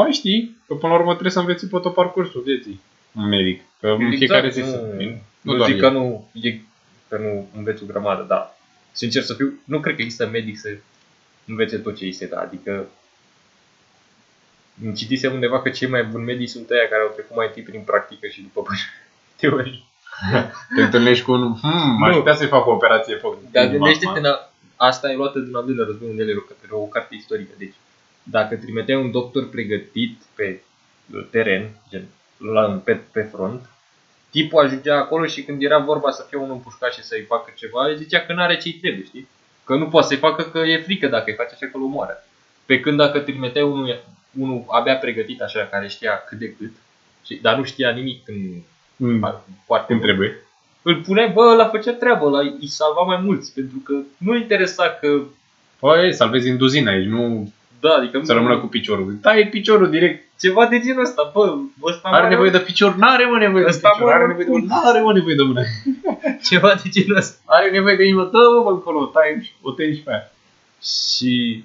[SPEAKER 2] mai știi că până la urmă trebuie să înveți pe tot parcursul vieții. Un medic. Că în
[SPEAKER 1] Exact,
[SPEAKER 2] fiecare zi să...
[SPEAKER 1] nu,
[SPEAKER 2] nu
[SPEAKER 1] nu,
[SPEAKER 2] doar
[SPEAKER 1] zic
[SPEAKER 2] ei.
[SPEAKER 1] că nu, e, că nu înveți o grămadă, dar sincer să fiu, nu cred că există medic să învețe tot ce îi se da, adică îmi citisem undeva că cei mai buni medici sunt aia care au trecut mai întâi prin practică și după teorie.
[SPEAKER 2] Te întâlnești cu unul, hmm, aș
[SPEAKER 1] Nu.
[SPEAKER 2] putea să-i fac o operație pe
[SPEAKER 1] Dar
[SPEAKER 2] inima
[SPEAKER 1] gândește-te,
[SPEAKER 2] acum."
[SPEAKER 1] la- asta e luată din al doilea război mondial, era o carte- era o carte istorică. Deci, dacă trimiteai un doctor pregătit pe uh, teren, gen, la, pe, pe front, tipul ajungea acolo și când era vorba să fie unul împușcat și să-i facă ceva, îi zicea că nu are ce-i trebuie, știi? Că nu poate să-i facă, că e frică dacă îi face așa că îl omoară. Pe când dacă trimiteai unul, unul abia pregătit așa, care știa cât de cât, și, dar nu știa nimic în
[SPEAKER 2] Mm,
[SPEAKER 1] foarte
[SPEAKER 2] Cum
[SPEAKER 1] mult,
[SPEAKER 2] trebuie.
[SPEAKER 1] îl pune, bă, la făcea treabă, la îi salva mai mulți, pentru că nu interesa că,
[SPEAKER 2] Păi, salvezi în duzină aici, nu
[SPEAKER 1] Da, adică...
[SPEAKER 2] Să rămână cu piciorul. Tai piciorul direct.
[SPEAKER 1] Ceva de genul ăsta, bă, ăsta
[SPEAKER 2] Are nevoie de picior? N-are mă nevoie de
[SPEAKER 1] Ăsta
[SPEAKER 2] picior.
[SPEAKER 1] mă,
[SPEAKER 2] Are
[SPEAKER 1] mă,
[SPEAKER 2] nevoie de
[SPEAKER 1] cum?
[SPEAKER 2] mână. N-are mă nevoie de mână.
[SPEAKER 1] Ceva de genul ăsta.
[SPEAKER 2] Are nevoie de inimă. Dă-mă mă, încolo. Tai o tăi și pe aia.
[SPEAKER 1] Și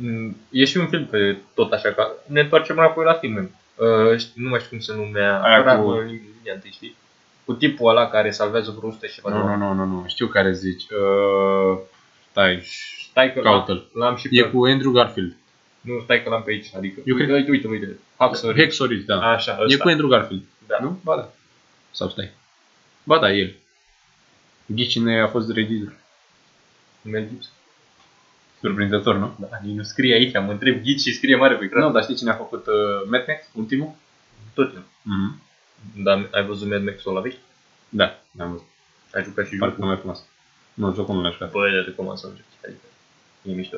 [SPEAKER 1] m, e și un film pe tot așa ca ne întoarcem înapoi la filme. Uh, șt- nu mai știu cum se numea,
[SPEAKER 2] Aia
[SPEAKER 1] era
[SPEAKER 2] cu-
[SPEAKER 1] în linia întâi, știi? Cu tipul ăla care salvează vreo 100 și ceva. de
[SPEAKER 2] Nu, nu,
[SPEAKER 1] oameni.
[SPEAKER 2] nu, nu, nu. Știu care zici. Uh, stai.
[SPEAKER 1] Stai că l-am,
[SPEAKER 2] Caută-l.
[SPEAKER 1] l-am și
[SPEAKER 2] E
[SPEAKER 1] pe...
[SPEAKER 2] cu Andrew Garfield.
[SPEAKER 1] Nu, stai că l-am pe aici, adică...
[SPEAKER 2] Eu cred-
[SPEAKER 1] Uite, uite, uite. Hacksaw Ridge.
[SPEAKER 2] Hexoris, da.
[SPEAKER 1] Așa, ăsta.
[SPEAKER 2] E cu Andrew Garfield.
[SPEAKER 1] Da.
[SPEAKER 2] Nu? Ba da. Sau stai. Ba da, el. Ghici cine a fost regizor.
[SPEAKER 1] Mel Gibson.
[SPEAKER 2] Surprinzător, nu?
[SPEAKER 1] Da, nici nu scrie aici, mă întreb ghid și scrie mare pe
[SPEAKER 2] Nu,
[SPEAKER 1] ecran.
[SPEAKER 2] no, dar știi cine a făcut uh, Mad Max, ultimul?
[SPEAKER 1] Tot eu.
[SPEAKER 2] Mm-hmm.
[SPEAKER 1] Dar ai văzut Mad Max-ul ăla vechi?
[SPEAKER 2] Da, am văzut.
[SPEAKER 1] Ai jucat și
[SPEAKER 2] Parcă
[SPEAKER 1] jocul?
[SPEAKER 2] mai frumos. Nu, jocul nu l-aș jucat.
[SPEAKER 1] Bă, le recomand să-l joci. Adică, e mișto.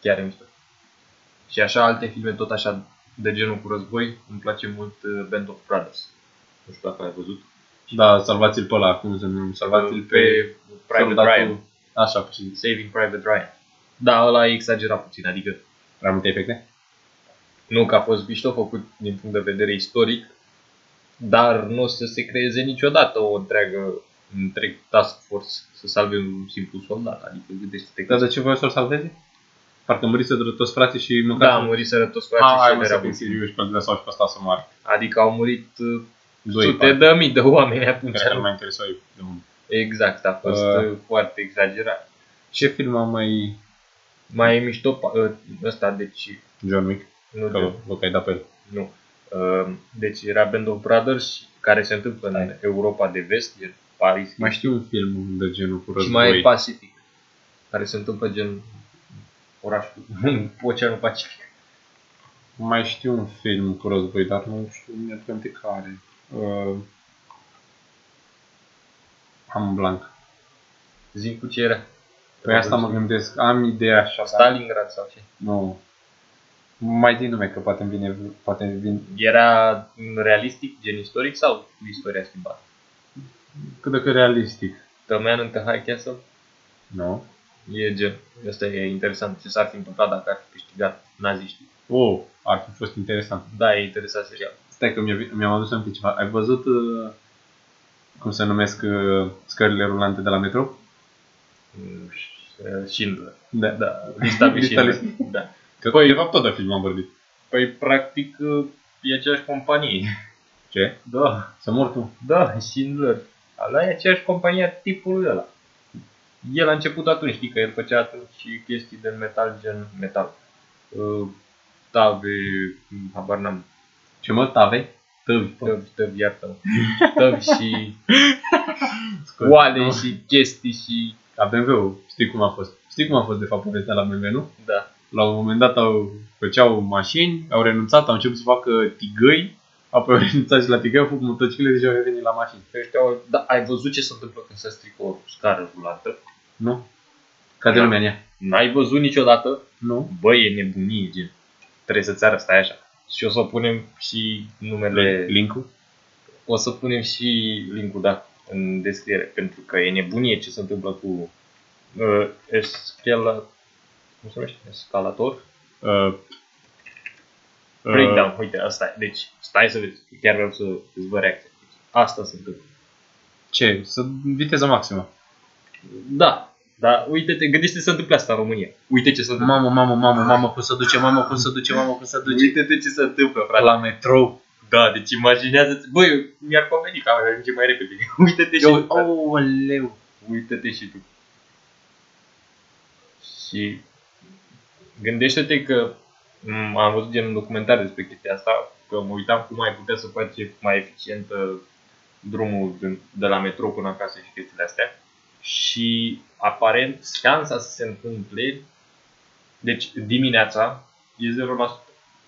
[SPEAKER 1] Chiar e mișto. Și așa alte filme tot așa de genul cu război, îmi place mult uh, Band of Brothers. Nu știu dacă ai văzut.
[SPEAKER 2] Da, salvați-l pe ăla, cum se numește, salvați-l
[SPEAKER 1] Uh,
[SPEAKER 2] pe,
[SPEAKER 1] Private
[SPEAKER 2] soldatul-
[SPEAKER 1] Ryan.
[SPEAKER 2] Așa, pe și
[SPEAKER 1] Saving Private Ryan. Da, ăla e exagerat puțin, adică
[SPEAKER 2] prea multe efecte.
[SPEAKER 1] nu că a fost mișto făcut din punct de vedere istoric, dar nu o să se creeze niciodată o întreagă, un întreg task force să salve un simplu soldat. Adică gândește-te că
[SPEAKER 2] Dar de ce voia să-l salveze? Parcă murise toți frații și măcar...
[SPEAKER 1] da, muriseră toți
[SPEAKER 2] Ah, hai,
[SPEAKER 1] frații
[SPEAKER 2] mă,
[SPEAKER 1] și
[SPEAKER 2] să
[SPEAKER 1] era
[SPEAKER 2] fim
[SPEAKER 1] bun.
[SPEAKER 2] serioși, că îl lăsau și pe ăsta să moară.
[SPEAKER 1] Adică au murit uh,
[SPEAKER 2] Doi,
[SPEAKER 1] sute de mii de oameni atunci.
[SPEAKER 2] Cred că nu mai interesau eu de unul.
[SPEAKER 1] Exact, a fost
[SPEAKER 2] Uh.
[SPEAKER 1] uh, foarte exagerat.
[SPEAKER 2] Ce film am mai...
[SPEAKER 1] Mai e mișto pa- uh, ăsta, deci
[SPEAKER 2] John Wick?
[SPEAKER 1] nu,
[SPEAKER 2] Că
[SPEAKER 1] de,
[SPEAKER 2] vă că ai dat pe el.
[SPEAKER 1] nu. Uh, deci era Band of Brothers care se întâmplă în
[SPEAKER 2] Hai.
[SPEAKER 1] Europa de vest, e Paris.
[SPEAKER 2] Mai știu un film de genul cu
[SPEAKER 1] și
[SPEAKER 2] război.
[SPEAKER 1] mai e Pacific, care se întâmplă gen orașul, oceanul Pacific.
[SPEAKER 2] Mai știu un film cu război, dar nu știu mi-aduc de care. Uh, am blank.
[SPEAKER 1] Zi cu ce era.
[SPEAKER 2] Pe Păi asta mă gândesc, am ideea așa, dar
[SPEAKER 1] Stalingrad sau ce?
[SPEAKER 2] nu. Mai din nume, că poate îmi vine, poate îmi vine
[SPEAKER 1] Era realistic, gen istoric sau istoria schimbată?
[SPEAKER 2] cât de cât realistic.
[SPEAKER 1] The Man in the High Castle?
[SPEAKER 2] Nu?
[SPEAKER 1] E gen, asta e interesant, ce s-ar fi întâmplat dacă ar fi câștigat naziștii.
[SPEAKER 2] Oh, ar fi fost interesant.
[SPEAKER 1] Da, e interesant serial.
[SPEAKER 2] Stai că mi-a- mi-am adus aminte ceva. Ai văzut uh, cum se numesc uh, scările rulante de la metro?
[SPEAKER 1] Mm, și- Schindler.
[SPEAKER 2] Da.
[SPEAKER 1] Da, lista lui
[SPEAKER 2] Lista lui
[SPEAKER 1] Schindler. Da.
[SPEAKER 2] Că, păi, de fapt tot de film am vorbit.
[SPEAKER 1] Păi, practic, e aceeași companie.
[SPEAKER 2] Ce?
[SPEAKER 1] Da,
[SPEAKER 2] Să mor tu?
[SPEAKER 1] da, Schindler. Ala e aceeași companie a tipului ăla. El a început atunci, știi că el făcea atunci și chestii de metal, gen metal. Uh, Tave, habar n-am,
[SPEAKER 2] Ce mă, tavei? Tăvi.
[SPEAKER 1] tăvi, tăvi, iartă Tăvi și oale și chestii și...
[SPEAKER 2] La BMW, știi cum a fost. Știi cum a fost de fapt povestea la BMW, nu?
[SPEAKER 1] Da.
[SPEAKER 2] La un moment dat au făceau mașini, au renunțat, au început să facă tigăi, apoi au renunțat și la tigăi, au făcut motociclete și au revenit la mașini.
[SPEAKER 1] Ăștia au- Da, ai văzut ce se întâmplă când se strică o scară rulantă?
[SPEAKER 2] Nu? Cade
[SPEAKER 1] Da.
[SPEAKER 2] lumea în ea.
[SPEAKER 1] N-ai văzut niciodată?
[SPEAKER 2] Nu?
[SPEAKER 1] Bă, e nebunie, gen. Trebuie să-ți arăt, stai așa. Și o să punem și numele,
[SPEAKER 2] Link-ul?
[SPEAKER 1] o să punem și linkul, da, în descriere. Pentru că e nebunie ce se întâmplă cu uh, escala, cum se numește? Escalator?
[SPEAKER 2] Uh,
[SPEAKER 1] Breakdown, uite, asta e. Deci, stai să vezi, chiar vreau să îți vă reacția. Asta se întâmplă.
[SPEAKER 2] Ce? Să viteză maximă.
[SPEAKER 1] Da, dar uite, te gândește să se întâmple asta în România. Uite ce se întâmplă.
[SPEAKER 2] Mamă, mamă, mamă, mamă, cum se duce, mamă, cum se duce, mamă, cum se duce.
[SPEAKER 1] Uite-te ce se întâmplă, frate.
[SPEAKER 2] La metrou.
[SPEAKER 1] Da, deci imaginează-ți, băi, mi-ar conveni că am ajunge mai repede. Uite-te și
[SPEAKER 2] Eu,
[SPEAKER 1] tu. frate.
[SPEAKER 2] aoleu.
[SPEAKER 1] Uite-te și tu. Și gândește-te că m, am văzut gen un documentar despre chestia asta, că mă uitam cum ai putea să faci mai eficient uh, drumul din- de la metro până acasă și chestiile astea. Și aparent șansa să se întâmple, deci dimineața, e 0%.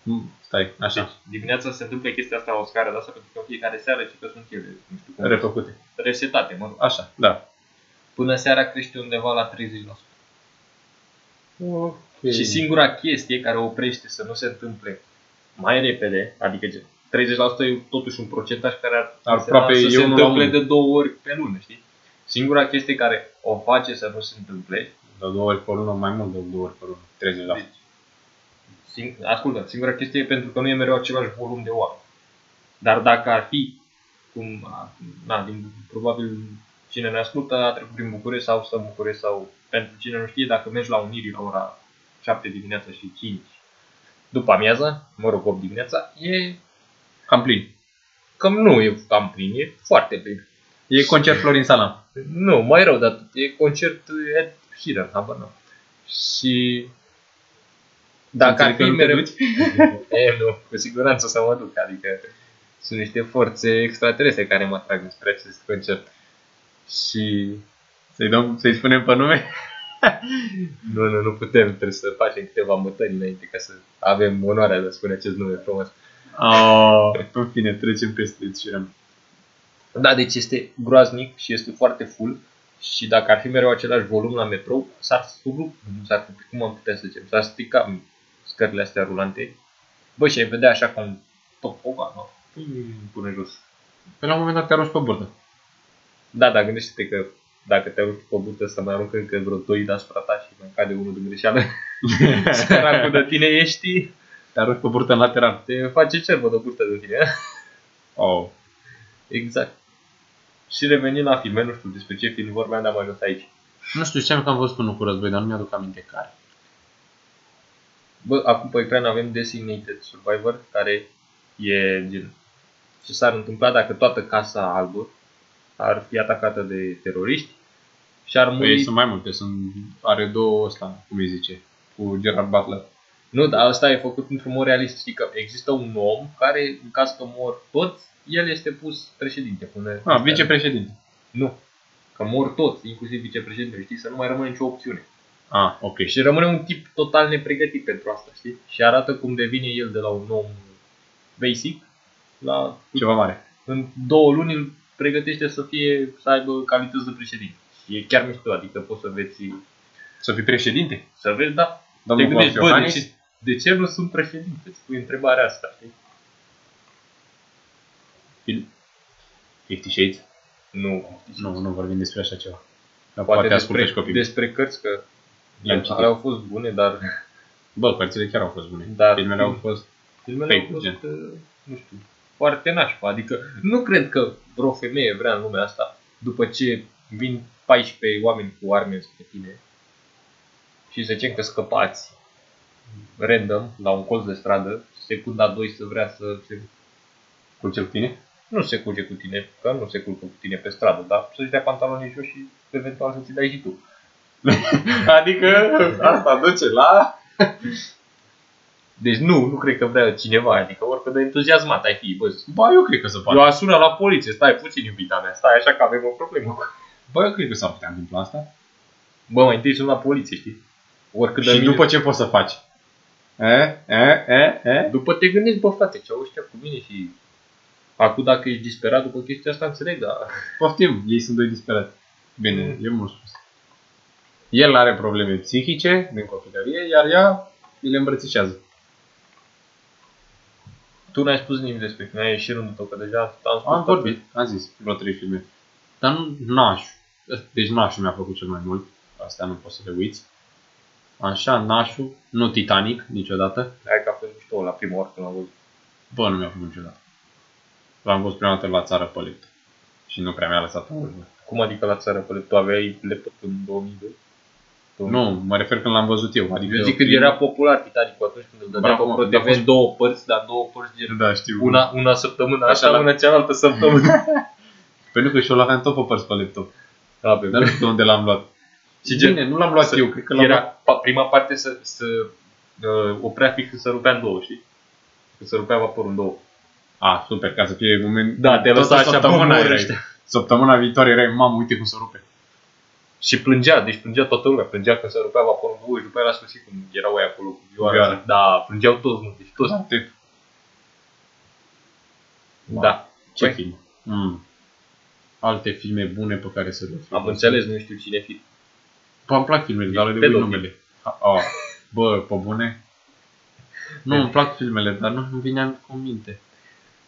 [SPEAKER 2] Mm, Stai,
[SPEAKER 1] Deci,
[SPEAKER 2] așa.
[SPEAKER 1] dimineața se întâmplă chestia asta o scară de asta pentru că în fiecare seară și că sunt ele, nu știu
[SPEAKER 2] Da.
[SPEAKER 1] cum,
[SPEAKER 2] Refăcute.
[SPEAKER 1] resetate, mă rog.
[SPEAKER 2] Așa, da.
[SPEAKER 1] Până seara crește undeva la 30%.
[SPEAKER 2] Ok.
[SPEAKER 1] Și singura chestie care oprește să nu se întâmple mai repede, adică gen, 30% e totuși un procentaj care ar,
[SPEAKER 2] Ar
[SPEAKER 1] însemna
[SPEAKER 2] aproape
[SPEAKER 1] să
[SPEAKER 2] e
[SPEAKER 1] se
[SPEAKER 2] unul la
[SPEAKER 1] întâmple
[SPEAKER 2] unul.
[SPEAKER 1] de două ori pe lună, știi? Singura chestie care o face să nu se întâmple,
[SPEAKER 2] De două ori pe lună, mai mult de două ori pe lună. 30%.
[SPEAKER 1] deci, Sing- ascultă, singura chestie e pentru că nu e mereu același volum de oameni. Dar dacă ar fi, cum, a- na, din, probabil cine ne ascultă a trecut prin București sau stă în București sau pentru cine nu știe, dacă mergi la Unirii la ora 7 dimineața și 5 după amiază, mă rog, 8 dimineața, e
[SPEAKER 2] Cam plin.
[SPEAKER 1] cam nu e cam plin, e foarte plin.
[SPEAKER 2] E concert Florin Salam.
[SPEAKER 1] Nu, mai rău, dar e concert Ed Sheeran, habar n-am. Și dacă ar
[SPEAKER 2] Înțeleg
[SPEAKER 1] fi
[SPEAKER 2] că nu te
[SPEAKER 1] mereu...
[SPEAKER 2] duci?
[SPEAKER 1] e, nu, cu siguranță o să mă duc, adică sunt niște forțe extraterestre care mă atrag spre acest concert. Și
[SPEAKER 2] Să-i, dăm, să-i spunem pe nume?
[SPEAKER 1] nu, nu, nu putem, trebuie să facem câteva mutări înainte ca să avem onoarea de a spune acest nume frumos.
[SPEAKER 2] Oh, în fine, trecem peste Sheeran.
[SPEAKER 1] Da, deci este groaznic și este foarte full și dacă ar fi mereu același volum la metrou, s-ar sublu, nu s-ar putea, cum am putea să zicem, s-ar strica scările astea rulante. Bă, și ai vedea așa ca un topogan, nu? Pum, Pune jos.
[SPEAKER 2] Pe Păi, la un moment dat te arunci pe burtă.
[SPEAKER 1] Da, dar gândește-te că dacă te arunci pe bută să mai aruncă încă vreo doi deasupra ta și mai cade unul din greșeală, săracul de tine ești,
[SPEAKER 2] Te arunci pe burtă în lateral.
[SPEAKER 1] te face cerbă de burtă de tine.
[SPEAKER 2] Oh.
[SPEAKER 1] Exact. Și revenind la filme, nu știu despre ce film vorbeam, dar am ajuns aici.
[SPEAKER 2] Nu știu, știam că am văzut unul cu război, dar nu mi-aduc aminte care.
[SPEAKER 1] Bă, acum pe ecran avem Designated Survivor, care e gen ce s-ar întâmpla dacă toată casa albă ar fi atacată de teroriști și ar muri...
[SPEAKER 2] Păi sunt mai multe, sunt, are două ăsta, cum îi zice, cu Gerard Butler. Ah,
[SPEAKER 1] Nu, dar asta e făcut într-un mod realist. Știi că există un om care, în caz că mor toți, el este pus președinte. Pune
[SPEAKER 2] Ah, vicepreședinte.
[SPEAKER 1] Nu. Că mor toți, inclusiv vicepreședinte, știi? Să nu mai rămâne nicio opțiune.
[SPEAKER 2] Ah, ok.
[SPEAKER 1] Și rămâne un tip total nepregătit pentru asta, știi? Și arată cum devine el de la un om basic la
[SPEAKER 2] Ceva mare.
[SPEAKER 1] în două luni îl pregătește să fie să aibă calități de președinte. Și e chiar mișto, adică poți să vezi
[SPEAKER 2] Să fii președinte?
[SPEAKER 1] să vezi, da,
[SPEAKER 2] Domnul
[SPEAKER 1] te gândești,
[SPEAKER 2] Claus
[SPEAKER 1] bă, de
[SPEAKER 2] Iohannis?
[SPEAKER 1] ce, de ce nu sunt președinte? Îți pui întrebarea asta, știi?
[SPEAKER 2] Fil- Fifty Shades?
[SPEAKER 1] Nu,
[SPEAKER 2] Nu, nu vorbim despre așa ceva. Dar
[SPEAKER 1] Poate,
[SPEAKER 2] poate,
[SPEAKER 1] poate
[SPEAKER 2] ascultă
[SPEAKER 1] despre,
[SPEAKER 2] și copiii.
[SPEAKER 1] despre cărți că
[SPEAKER 2] Le-am citit.
[SPEAKER 1] ale au fost bune, dar
[SPEAKER 2] Bă, cărțile chiar au fost bune.
[SPEAKER 1] Dar-
[SPEAKER 2] Filmele au fost...
[SPEAKER 1] filmele au
[SPEAKER 2] Fake,
[SPEAKER 1] fost,
[SPEAKER 2] gen.
[SPEAKER 1] uh, nu știu, foarte nașpa. Adică nu cred că vreo femeie vrea în lumea asta, după ce vin 14 oameni cu arme spre tine și să zicem că scăpați random la un colț de stradă, secunda 2 să vrea să se,
[SPEAKER 2] Cu cel tine?
[SPEAKER 1] nu se culce cu tine, că nu se culcă cu tine pe stradă, dar să-și dea pantalonii jos și eventual să-ți dai și tu.
[SPEAKER 2] Adică asta duce la...
[SPEAKER 1] Deci nu, nu cred că vrea cineva, adică oricât de entuziasmat ai fi, bă,
[SPEAKER 2] Ba, eu cred că se poate.
[SPEAKER 1] Eu aș suna la poliție, stai puțin iubita mea, stai așa că avem o problemă.
[SPEAKER 2] Bă, eu cred că s-ar putea întâmpla asta.
[SPEAKER 1] Bă, mai întâi sun la poliție, știi? Oricât de
[SPEAKER 2] și
[SPEAKER 1] mine-
[SPEAKER 2] după ce poți să faci? E? E? E? E?
[SPEAKER 1] după te gândești, bă frate, ce au ăștia cu mine și... Acum dacă ești disperat după chestia asta, înțeleg, dar...
[SPEAKER 2] Poftim, ei sunt doi disperați. Bine, e mult spus. El are probleme psihice din copilărie, iar ea îi le îmbrățișează.
[SPEAKER 1] Tu n-ai spus nimic despre filme, ai ieșit rândul tău, că deja am spus...
[SPEAKER 2] Am vorbit, am zis, vreo trei filme. Dar nu, Naș. Deci Nașul mi-a plăcut cel mai mult. Astea nu poți să le uiți. Așa, Nașul, nu Titanic niciodată.
[SPEAKER 1] Hai că a fost mișto la prima oră când l-am văzut.
[SPEAKER 2] Bă, nu mi-a plăcut niciodată. L-am văzut prima dată la țară pe laptop. Și nu prea mi-a lăsat în urmă.
[SPEAKER 1] Cum adică la țară pe laptop? Tu aveai laptop în 2002?
[SPEAKER 2] Nu, mă refer când l-am văzut eu. Adică
[SPEAKER 1] Eu zic când era popular Titanic atunci când îl dădea pe
[SPEAKER 2] Bravo, mă,
[SPEAKER 1] Pro
[SPEAKER 2] când a
[SPEAKER 1] TV
[SPEAKER 2] fost-
[SPEAKER 1] în două părți, dar două părți gen
[SPEAKER 2] Da, știu.
[SPEAKER 1] una, una săptămână,
[SPEAKER 2] Așa
[SPEAKER 1] așa, da.
[SPEAKER 2] la-
[SPEAKER 1] la una cealaltă săptămână.
[SPEAKER 2] Pentru că și eu l-aveam tot pe părți pe laptop.
[SPEAKER 1] Da, pe
[SPEAKER 2] Dar nu știu de unde l-am luat.
[SPEAKER 1] Și
[SPEAKER 2] Și
[SPEAKER 1] gen-
[SPEAKER 2] Bine, nu l-am luat
[SPEAKER 1] Să-
[SPEAKER 2] eu, cred că l-am
[SPEAKER 1] era
[SPEAKER 2] luat.
[SPEAKER 1] pa- prima parte să, să uh, oprea fix când se rupea în două, știi? Când se rupea vaporul în două.
[SPEAKER 2] A, Ah, super, ca să fie moment...
[SPEAKER 1] Da, te
[SPEAKER 2] Toată
[SPEAKER 1] lăsa așa,
[SPEAKER 2] săptămâna,
[SPEAKER 1] bă,
[SPEAKER 2] erai-
[SPEAKER 1] ăștia.
[SPEAKER 2] săptămâna viitoare erai, mamă, uite cum se rupe.
[SPEAKER 1] Și plângea, deci plângea toată lumea, plângea când se rupea vaporul în două și după aia la sfârșit când erau aia acolo cu vioara.
[SPEAKER 2] Vioara.
[SPEAKER 1] Da, plângeau toți, mă, deci toți.
[SPEAKER 2] Da, te-
[SPEAKER 1] Da.
[SPEAKER 2] Ce
[SPEAKER 1] Păi,
[SPEAKER 2] film? Mm. Alte filme bune pe care să le film.
[SPEAKER 1] am înțeles, nu știu cine fi.
[SPEAKER 2] Bă, îmi plac filmele, dar le uit
[SPEAKER 1] Pedofil.
[SPEAKER 2] numele. A, a, bă, pe bune? Nu, îmi plac filmele, dar nu îmi vine cu minte.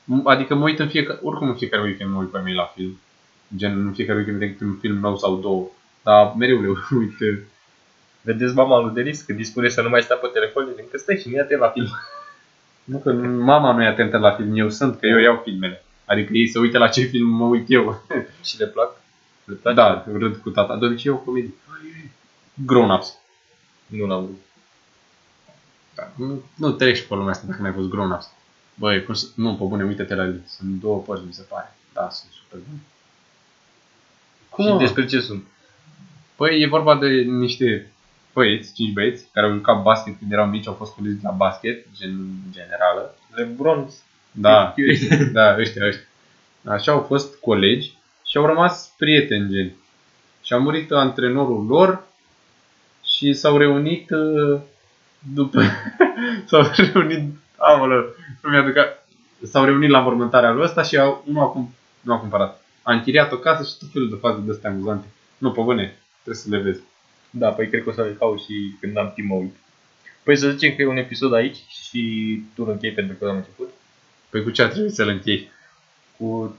[SPEAKER 2] M- Adică mă uit în fiecare, oricum în fiecare weekend mă uit pe mine la film. Gen, în fiecare weekend vedem câte un film nou sau două. Dar mereu le uit.
[SPEAKER 1] Vedeți mama lui Denis când îi spune să nu mai stea pe telefon, din că stai și nu te la film.
[SPEAKER 2] Nu că mama nu e atentă la film, eu sunt, că eu iau filmele. Adică ei se uită la ce film mă uit eu.
[SPEAKER 1] Și le plac? Le
[SPEAKER 2] Da,
[SPEAKER 1] place?
[SPEAKER 2] da râd cu tata. De obicei eu comedii. Grown-ups.
[SPEAKER 1] Nu l-am văzut.
[SPEAKER 2] Da. Nu, nu treci pe lumea asta dacă n-ai văzut grown-ups. Băi, cum să... Nu, pe bune, uite-te la ele. Sunt două părți, mi se pare. Da, sunt super bune. Cum?
[SPEAKER 1] Și
[SPEAKER 2] mă?
[SPEAKER 1] despre ce sunt?
[SPEAKER 2] Păi e vorba de niște băieți, cinci băieți, care au jucat basket când erau mici, au fost colegi la basket, gen generală.
[SPEAKER 1] LeBron.
[SPEAKER 2] Da, da, ăștia, ăștia. Așa au fost colegi și au rămas prieteni, gen. Și a murit antrenorul lor și s-au reunit uh, după... s-au reunit... Aoleu, nu mi-aduc... a- S-au reunit la mormântarea lui ăsta și au, nu, au, cum- nu au cumpărat. A închiriat o casă și tot felul de faze de astea amuzante. Nu, pe bune, trebuie să le vezi.
[SPEAKER 1] Da, păi cred că o să le caut și când am timp mă uit. Păi să zicem că e un episod aici și tu îl închei pentru că am început.
[SPEAKER 2] Păi cu ce ar trebui să-l închei?
[SPEAKER 1] Cu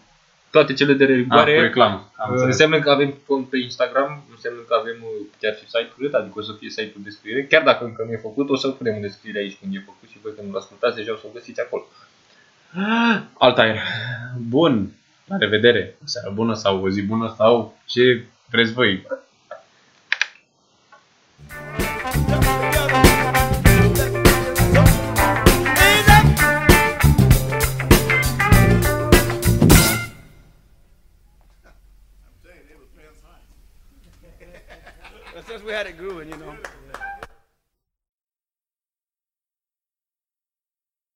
[SPEAKER 1] toate cele de
[SPEAKER 2] Ah, cu
[SPEAKER 1] rigoare.
[SPEAKER 2] reclamă.
[SPEAKER 1] Uh,
[SPEAKER 2] Am înțeles.
[SPEAKER 1] Înseamnă că avem cont pe Instagram, înseamnă că avem uh, chiar și site-ul, adică o să fie site-ul de descriere. Chiar dacă încă nu e făcut, o să-l punem în descriere aici când e făcut și voi când îl ascultați deja o să-l găsiți acolo.
[SPEAKER 2] Alt aer. Bun. La revedere. O seară bună sau o zi bună sau ce vreți voi.